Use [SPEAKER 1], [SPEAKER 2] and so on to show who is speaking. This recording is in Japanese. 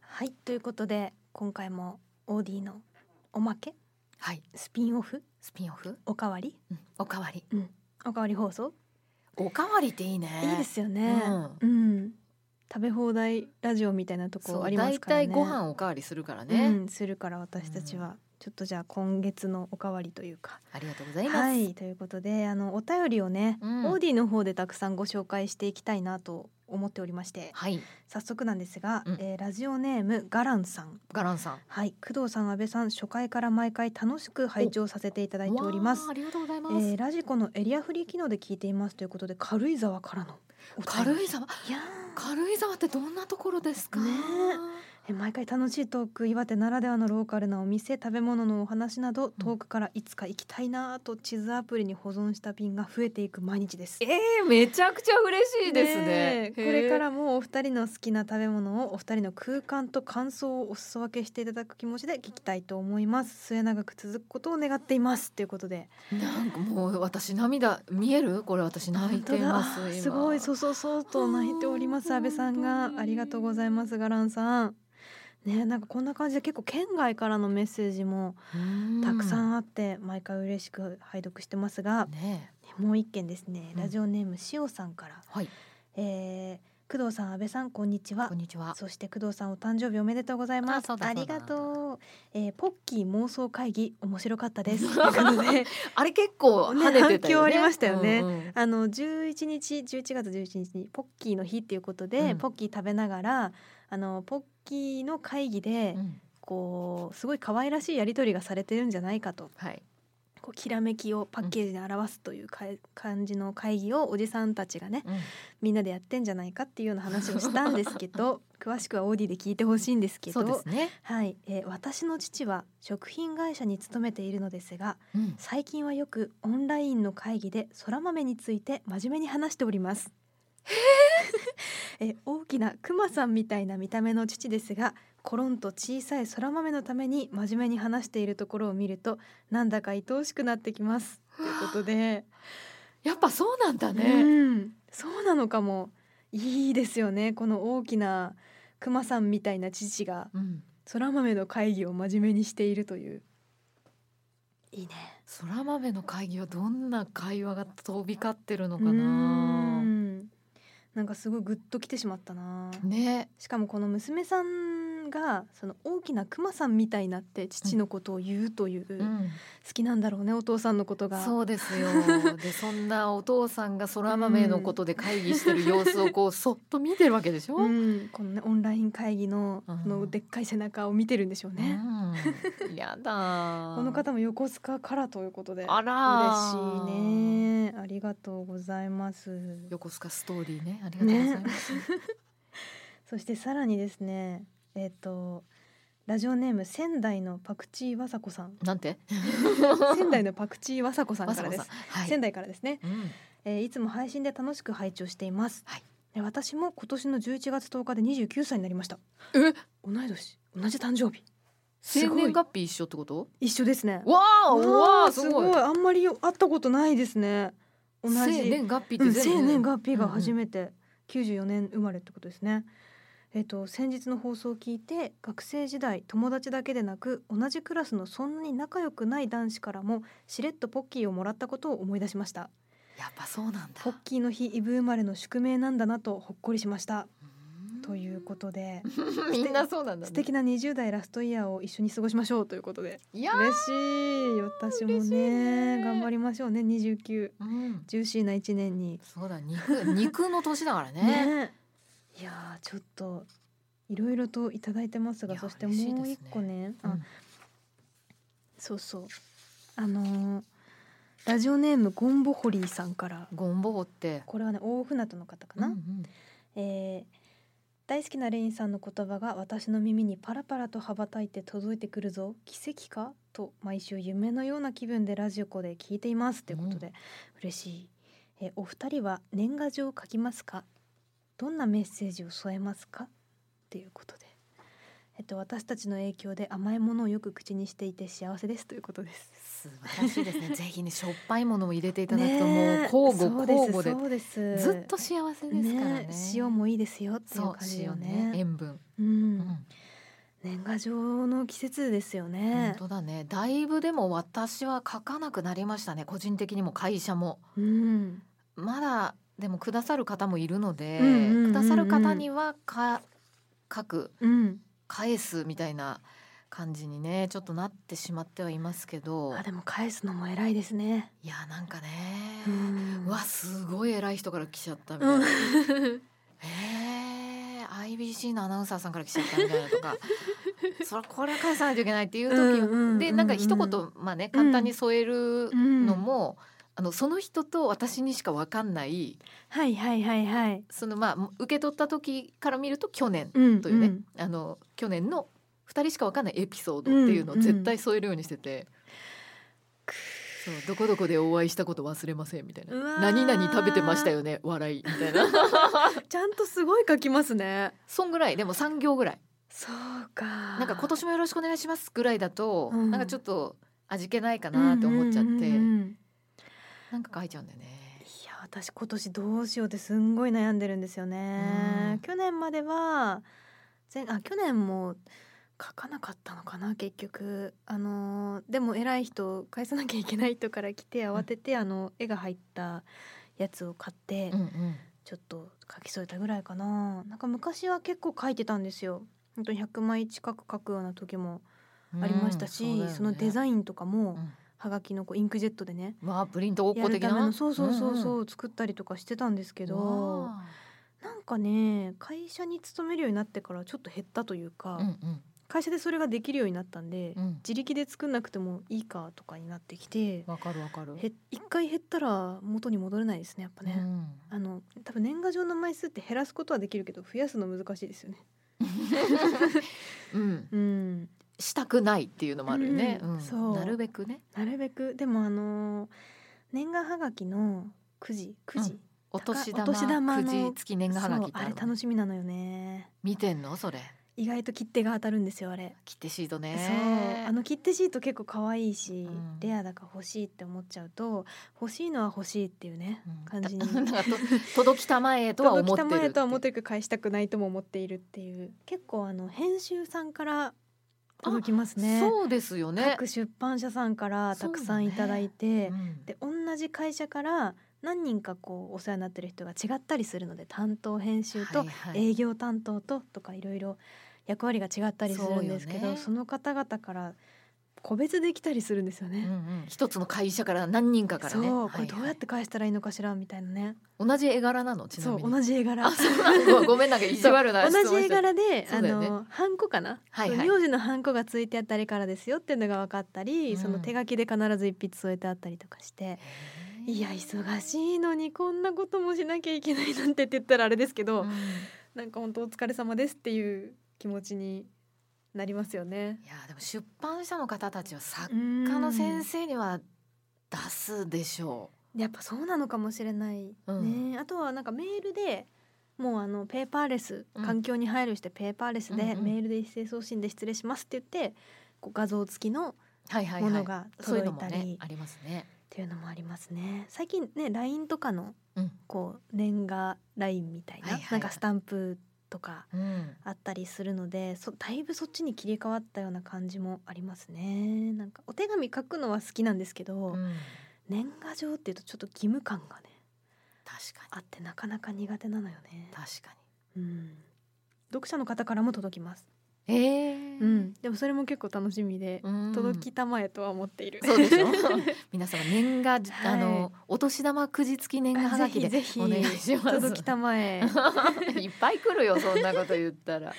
[SPEAKER 1] はいということで今回もオーディのおまけ
[SPEAKER 2] はい
[SPEAKER 1] スピンオフ
[SPEAKER 2] スピンオフ、
[SPEAKER 1] おかわり、
[SPEAKER 2] うん、おかわり
[SPEAKER 1] うん、おかわり放送、
[SPEAKER 2] おかわりっていいね
[SPEAKER 1] いいですよね、うん食べ放題ラジオみたいなと
[SPEAKER 2] そ
[SPEAKER 1] こあ
[SPEAKER 2] う
[SPEAKER 1] ります
[SPEAKER 2] 大
[SPEAKER 1] からね
[SPEAKER 2] 体ご飯おかわりするから
[SPEAKER 1] う
[SPEAKER 2] ね
[SPEAKER 1] ん、するから私たちは、ちょっとじゃあ今月のおかわりというか
[SPEAKER 2] ありがとうございます
[SPEAKER 1] はいということであのお便りをね、
[SPEAKER 2] うん
[SPEAKER 1] オーディの方でたくさんご紹介していきたいなと思っておりまして
[SPEAKER 2] はい
[SPEAKER 1] 早速なんですが、
[SPEAKER 2] うん
[SPEAKER 1] えーラジオネームガランさん
[SPEAKER 2] ガランさん
[SPEAKER 1] はい工藤さん安倍さん初回から毎回楽しく拝聴させていただいております
[SPEAKER 2] わあありがとうござい
[SPEAKER 1] え
[SPEAKER 2] ます、
[SPEAKER 1] ーラジコのエリアフリー機能で聞いていますということで軽井沢からのお便り
[SPEAKER 2] 軽井沢
[SPEAKER 1] いやー
[SPEAKER 2] 軽井沢ってどんなところですか、
[SPEAKER 1] ねえ毎回楽しいトーク岩手ならではのローカルなお店食べ物のお話など遠くからいつか行きたいなぁと地図アプリに保存した瓶が増えていく毎日です。
[SPEAKER 2] ええめちゃくちゃ嬉しいですね
[SPEAKER 1] ねえこれから
[SPEAKER 2] へ
[SPEAKER 1] もお二人の好きな食べ物をお二人の空間と感想をお裾分けしていただく気持ちで聞きたいと思います末永く続くことを願っていますということで
[SPEAKER 2] えなんかもう私涙見えるこれ私泣いてます
[SPEAKER 1] 本当だ
[SPEAKER 2] 今
[SPEAKER 1] すごいそうそうそうと泣いております
[SPEAKER 2] あー
[SPEAKER 1] 安倍さん
[SPEAKER 2] 本当
[SPEAKER 1] が
[SPEAKER 2] に
[SPEAKER 1] ありがとうございますガランさんねえなんかこんな感じで結構県外からのメッセージも
[SPEAKER 2] うん
[SPEAKER 1] たくさんあって毎回嬉しく拝読してますが、
[SPEAKER 2] ね
[SPEAKER 1] もう一件ですね
[SPEAKER 2] うん
[SPEAKER 1] ラジオネームしおさんから、
[SPEAKER 2] えはい
[SPEAKER 1] えー工藤さん安倍さんこんにちは
[SPEAKER 2] こんにちは
[SPEAKER 1] そして工藤さんお誕生日おめでとうございま
[SPEAKER 2] あ
[SPEAKER 1] す
[SPEAKER 2] そ
[SPEAKER 1] あ
[SPEAKER 2] うだそうだ
[SPEAKER 1] りがとう、えーポッキー妄想会議面白かったです ということで
[SPEAKER 2] あれ結構跳ねてたよね
[SPEAKER 1] ね反響ありましたよね
[SPEAKER 2] うんうん
[SPEAKER 1] あの11日11月11日にポッキーの日っていうことで、
[SPEAKER 2] うん
[SPEAKER 1] ポッキー食べながらあのポッキーの会議で、
[SPEAKER 2] うん
[SPEAKER 1] こうすごい可愛らしいやり取りがされてるんじゃないかと
[SPEAKER 2] はい
[SPEAKER 1] こうきらめきをパッケージで表すというか、感じの会議をおじさんたちがね
[SPEAKER 2] うん
[SPEAKER 1] みんなでやってんじゃないかっていうような話をしたんですけ ど詳しくはオーディで聞いてほしいんですけ
[SPEAKER 2] そうで
[SPEAKER 1] ど
[SPEAKER 2] すね、
[SPEAKER 1] はい、えー私の父は食品会社に勤めているのですが
[SPEAKER 2] うん
[SPEAKER 1] 最近はよくオンラインの会議でそら豆について真面目に話しております。え大きなクマさんみたいな見た目の父ですがコロンと小さいそら豆のために真面目に話しているところを見るとなんだか愛おしくなってきます。ということ で、
[SPEAKER 2] やっぱそうなんだね、
[SPEAKER 1] うん、そうなのかもいいですよねこの大きなクマさんみたいな父が
[SPEAKER 2] うん、
[SPEAKER 1] そら豆の会議を真面目にしているという。いいね。
[SPEAKER 2] そら豆の会議はどんな会話が飛び交ってるの
[SPEAKER 1] う
[SPEAKER 2] か
[SPEAKER 1] ー
[SPEAKER 2] なん
[SPEAKER 1] なんかすごいグッときてしまったな
[SPEAKER 2] ね
[SPEAKER 1] しかもこの娘さんがその大きなクマさんみたいなって父のことを言うという、
[SPEAKER 2] うん、
[SPEAKER 1] 好きなんだろうねお父さんのことが
[SPEAKER 2] そうで すよでそんなお父さんがそら豆のことで会議してる様子をこうそっと見てるわけでしょ、
[SPEAKER 1] うん、このねオンライン会議の
[SPEAKER 2] うん
[SPEAKER 1] このでっかい背中を見てるんでしょうね、
[SPEAKER 2] うんやだ
[SPEAKER 1] この方も横須賀からということで
[SPEAKER 2] あら
[SPEAKER 1] 嬉しいねありがとうございます
[SPEAKER 2] 横須賀ストーリーねありがとうございます、
[SPEAKER 1] そしてさらにですねえっ、とラジオネーム仙台のパクチーわさこさん
[SPEAKER 2] なんて
[SPEAKER 1] 仙台のパクチーわさこさん
[SPEAKER 2] わ
[SPEAKER 1] か
[SPEAKER 2] さ
[SPEAKER 1] ら
[SPEAKER 2] こ
[SPEAKER 1] です
[SPEAKER 2] さん、。はい
[SPEAKER 1] 仙台からですね、
[SPEAKER 2] うん
[SPEAKER 1] えーいつも配信で楽しく拝聴しています。
[SPEAKER 2] はい
[SPEAKER 1] えー私も今年の11月10日で29歳になりました。
[SPEAKER 2] え
[SPEAKER 1] 同い年、同じ誕生日。す
[SPEAKER 2] 生
[SPEAKER 1] ご
[SPEAKER 2] 年
[SPEAKER 1] い。
[SPEAKER 2] 月日一緒ってこと
[SPEAKER 1] 一緒ですね。
[SPEAKER 2] わあわあ
[SPEAKER 1] ー
[SPEAKER 2] すごい
[SPEAKER 1] あんまりよ会ったことないですね。同じ。
[SPEAKER 2] 生年月日っ
[SPEAKER 1] うん
[SPEAKER 2] て
[SPEAKER 1] 生年
[SPEAKER 2] 月
[SPEAKER 1] 月日が初めて94年生まれってことですね。えっと先日の放送を聞いて学生時代友達だけでなく同じクラスのそんなに仲良くない男子からもしれっとポッキーをもらったことを思い出しました
[SPEAKER 2] やっぱそうなんだ
[SPEAKER 1] ポッキーの日イブ生まれの宿命なんだなとほっこりしました
[SPEAKER 2] うん
[SPEAKER 1] ということで
[SPEAKER 2] みんなそうなんだ、ね、
[SPEAKER 1] 素敵な20代ラストイヤーを一緒に過ごしましょうということで
[SPEAKER 2] いやー、
[SPEAKER 1] 嬉しい私も
[SPEAKER 2] 嬉しい
[SPEAKER 1] ね
[SPEAKER 2] ね
[SPEAKER 1] 頑張りましょうね29
[SPEAKER 2] うん、
[SPEAKER 1] ジューシーな一年に
[SPEAKER 2] そうだ肉肉の年だからね
[SPEAKER 1] ねいやーちょっといろいろといただいてます
[SPEAKER 2] い
[SPEAKER 1] が
[SPEAKER 2] や
[SPEAKER 1] そしても
[SPEAKER 2] 嬉しいです
[SPEAKER 1] う
[SPEAKER 2] ね
[SPEAKER 1] 一個ね
[SPEAKER 2] う
[SPEAKER 1] あ
[SPEAKER 2] ん
[SPEAKER 1] そうそうあのーラジオネームゴンボホリーさんから
[SPEAKER 2] ゴンボホって
[SPEAKER 1] これはね大船渡の方かな、
[SPEAKER 2] うんうん
[SPEAKER 1] えー大好きなレインさんの言葉が私の耳にパラパラと羽ばたいて届いてくるぞ奇跡かと毎週夢のような気分でラジコで聞いていますということで、嬉しい、えーお二人は年賀状を書きますかどんなメッセージを添えますかということで、えっと、私たちの影響で甘いものをよく口にしていて幸せですということです。
[SPEAKER 2] 素晴らしいです ねぜひねしょっぱいものを入れていただくと
[SPEAKER 1] ねえ
[SPEAKER 2] もう交
[SPEAKER 1] そう
[SPEAKER 2] 互
[SPEAKER 1] です
[SPEAKER 2] 交互で
[SPEAKER 1] そうです
[SPEAKER 2] ずっと幸せですからね
[SPEAKER 1] ねえ塩もいいですよっていう
[SPEAKER 2] そう
[SPEAKER 1] 感じよ
[SPEAKER 2] 塩
[SPEAKER 1] ね
[SPEAKER 2] ね塩分、
[SPEAKER 1] う
[SPEAKER 2] うんん
[SPEAKER 1] 年賀状の季節ですよ
[SPEAKER 2] 本
[SPEAKER 1] ね。
[SPEAKER 2] 当だねだいぶでも私は書かなくなりましたね個人的にも会社も
[SPEAKER 1] うん、
[SPEAKER 2] まだでもくださる方もいるので、
[SPEAKER 1] うんうんうんうん
[SPEAKER 2] くださる方にはか書く
[SPEAKER 1] うん、
[SPEAKER 2] 返すみたいな感じにねちょっとなってしまってはいますけど
[SPEAKER 1] あでも返すのも偉いですね。
[SPEAKER 2] いやなんかね、
[SPEAKER 1] うん
[SPEAKER 2] うわすごい偉い人から来ちゃったみたいな、えー IBC のアナウンサーさんから来ちゃったみたい なとかそれこれは返さないといけないっていう時、
[SPEAKER 1] うんうんうんうん
[SPEAKER 2] でなんか一言まあね簡単に添えるのも、あのその人と私にしか分かんない
[SPEAKER 1] はいはいはいはい。
[SPEAKER 2] そのまあ受け取った時から見ると去年
[SPEAKER 1] うん
[SPEAKER 2] というね、
[SPEAKER 1] ん
[SPEAKER 2] あの去年の2人しか分かんないエピソードっていうのを絶対添えるようにしてて。
[SPEAKER 1] く
[SPEAKER 2] そうどこどこでお会いしたこと忘れませんみたいう
[SPEAKER 1] わ
[SPEAKER 2] な
[SPEAKER 1] ー
[SPEAKER 2] 何々食べてましたよね笑いみたいな
[SPEAKER 1] ちゃんとすごい書きますね。
[SPEAKER 2] そんぐらいでも3行ぐらい
[SPEAKER 1] そうか。な
[SPEAKER 2] なんか今年もよろしくお願いしますぐらいだと、
[SPEAKER 1] うん
[SPEAKER 2] なんかちょっと味気ないかなって思っちゃって、
[SPEAKER 1] うんうんうんうん
[SPEAKER 2] なんか書いちゃうんだよね
[SPEAKER 1] いや私今年どうしようってすんごい悩んでるんですよね。
[SPEAKER 2] うん
[SPEAKER 1] 去年までは前あ去年も書かなかったのかな結局あのーでも偉い人返さなきゃいけない人から来て慌てて、あの絵が入ったやつを買って、
[SPEAKER 2] うんうん
[SPEAKER 1] ちょっと書き添えたぐらいかな。なんか昔は結構書いてたんですよ。本当に100枚近く書くような時もありましたし、
[SPEAKER 2] うんう
[SPEAKER 1] そ
[SPEAKER 2] だよね
[SPEAKER 1] のデザインとかも、
[SPEAKER 2] うん
[SPEAKER 1] はがきのこうインクジェットでね
[SPEAKER 2] まあプリントごっこ的
[SPEAKER 1] やるため
[SPEAKER 2] な
[SPEAKER 1] のそうそうそうそう、
[SPEAKER 2] うんうん
[SPEAKER 1] 作ったりとかしてたんですけ
[SPEAKER 2] う
[SPEAKER 1] ど
[SPEAKER 2] わ
[SPEAKER 1] なんかね会社に勤めるようになってからちょっと減ったという
[SPEAKER 2] ー
[SPEAKER 1] か、
[SPEAKER 2] うんうん
[SPEAKER 1] 会社でそれができるようになったんで、
[SPEAKER 2] うん
[SPEAKER 1] 自力で作んなくてもいいかとかになってきて
[SPEAKER 2] わかるわかる、
[SPEAKER 1] へ一回減ったら元に戻れないですねやっぱ
[SPEAKER 2] う
[SPEAKER 1] ね。
[SPEAKER 2] ん
[SPEAKER 1] あの多分年賀状の枚数って減らすことはできるけど増やすの難しいですよね。
[SPEAKER 2] うん、
[SPEAKER 1] うん、
[SPEAKER 2] したくないっていうのもあるよね、
[SPEAKER 1] うん
[SPEAKER 2] うん
[SPEAKER 1] そう
[SPEAKER 2] なるべくね
[SPEAKER 1] なるべくでもあのー年賀はがきのくじくじ、
[SPEAKER 2] うお年玉
[SPEAKER 1] お年玉の
[SPEAKER 2] くじ付き年賀はが
[SPEAKER 1] そう
[SPEAKER 2] きって
[SPEAKER 1] あ
[SPEAKER 2] あ
[SPEAKER 1] れ
[SPEAKER 2] るの
[SPEAKER 1] 楽しみなのよね。
[SPEAKER 2] 見てんのそれ
[SPEAKER 1] 意外と切手が当たるんですよあれ。
[SPEAKER 2] 切手シートね
[SPEAKER 1] そうあの切手シート結構可愛いし、
[SPEAKER 2] うん
[SPEAKER 1] レアだから欲しいって思っちゃうと欲しいのは欲しいっていうね
[SPEAKER 2] う
[SPEAKER 1] 感
[SPEAKER 2] ん
[SPEAKER 1] じに
[SPEAKER 2] たなんかと届きたまえとは思ってる
[SPEAKER 1] 届きたまえとは思っててるけど返したくないとも思っているっていう結構あの編集さんから届きますね
[SPEAKER 2] そうですよね、
[SPEAKER 1] 各出版社さんからたくさんいただいて、
[SPEAKER 2] うん
[SPEAKER 1] で同じ会社から何人かこうお世話になってる人が違ったりするので担当編集と
[SPEAKER 2] はいはい
[SPEAKER 1] 営業担当ととかいろいろ役割が違ったりするんですけ
[SPEAKER 2] そう
[SPEAKER 1] ど
[SPEAKER 2] よ
[SPEAKER 1] そ,、
[SPEAKER 2] ね
[SPEAKER 1] の方々から個別できたりするんですよ
[SPEAKER 2] うんう
[SPEAKER 1] ね。
[SPEAKER 2] ん一つの会社から何人かからね
[SPEAKER 1] そう、
[SPEAKER 2] はいはい
[SPEAKER 1] これどうやって返したらいいのかしらみたいなね。
[SPEAKER 2] 同じ絵柄なのちな
[SPEAKER 1] そ
[SPEAKER 2] み
[SPEAKER 1] う
[SPEAKER 2] に
[SPEAKER 1] 同じ絵柄。
[SPEAKER 2] あそうなの ごめんなんか意地悪な質問
[SPEAKER 1] 同じ絵柄で、
[SPEAKER 2] そ
[SPEAKER 1] あ
[SPEAKER 2] うだよね
[SPEAKER 1] のハンコかな、
[SPEAKER 2] はいはい
[SPEAKER 1] 名字のハンコがついてあったりからですよっていうのが分かったり、
[SPEAKER 2] うん
[SPEAKER 1] その手書きで必ず一筆添えてあったりとかして、いや忙しいのにこんなこともしなきゃいけないなんてって言ったらあれですけど、
[SPEAKER 2] うん
[SPEAKER 1] なんか本当お疲れ様ですっていう気持ちになりますよね。
[SPEAKER 2] いやでも出版社の方たちは作家
[SPEAKER 1] 他
[SPEAKER 2] の先生には出すでしょ
[SPEAKER 1] やっぱそうなのかもしれない、
[SPEAKER 2] うん
[SPEAKER 1] ねあとはなんかメールでもうあのペーパーレス
[SPEAKER 2] うん
[SPEAKER 1] 環境に配慮してペーパーレスで、
[SPEAKER 2] うんうん
[SPEAKER 1] メールで一斉送信で失礼しますって言ってこう画像付きの
[SPEAKER 2] うはいはい
[SPEAKER 1] も
[SPEAKER 2] は
[SPEAKER 1] の
[SPEAKER 2] い
[SPEAKER 1] が
[SPEAKER 2] そういう
[SPEAKER 1] 届
[SPEAKER 2] の
[SPEAKER 1] い
[SPEAKER 2] も
[SPEAKER 1] た
[SPEAKER 2] ね
[SPEAKER 1] り
[SPEAKER 2] ありますね
[SPEAKER 1] っていうのもありますね最近ね LINE とかの
[SPEAKER 2] うん
[SPEAKER 1] こう年賀 LINE みたいな、
[SPEAKER 2] はいはいはい
[SPEAKER 1] なんかスタンプとか
[SPEAKER 2] うん
[SPEAKER 1] あったりするのでそだいぶそっちに切り替わったような感じもありますねなんかお手紙書くのは好きなんですけど、
[SPEAKER 2] うん
[SPEAKER 1] 年賀状っていうとちょっと義務感がね
[SPEAKER 2] 確かに
[SPEAKER 1] あってなかなか苦手なのよね。
[SPEAKER 2] 確か
[SPEAKER 1] うん、読者の方からも届きます。
[SPEAKER 2] にえー
[SPEAKER 1] うん、でもそれも結構楽しみで、
[SPEAKER 2] うん
[SPEAKER 1] 届きたまえとは思っている。
[SPEAKER 2] そうで しょ 皆様年 賀、
[SPEAKER 1] はい
[SPEAKER 2] あのお年玉くじ付き年賀はがきで
[SPEAKER 1] ぜひぜひ
[SPEAKER 2] お願いします
[SPEAKER 1] 届きたまえ。
[SPEAKER 2] いっぱい来るよそんなこと言ったら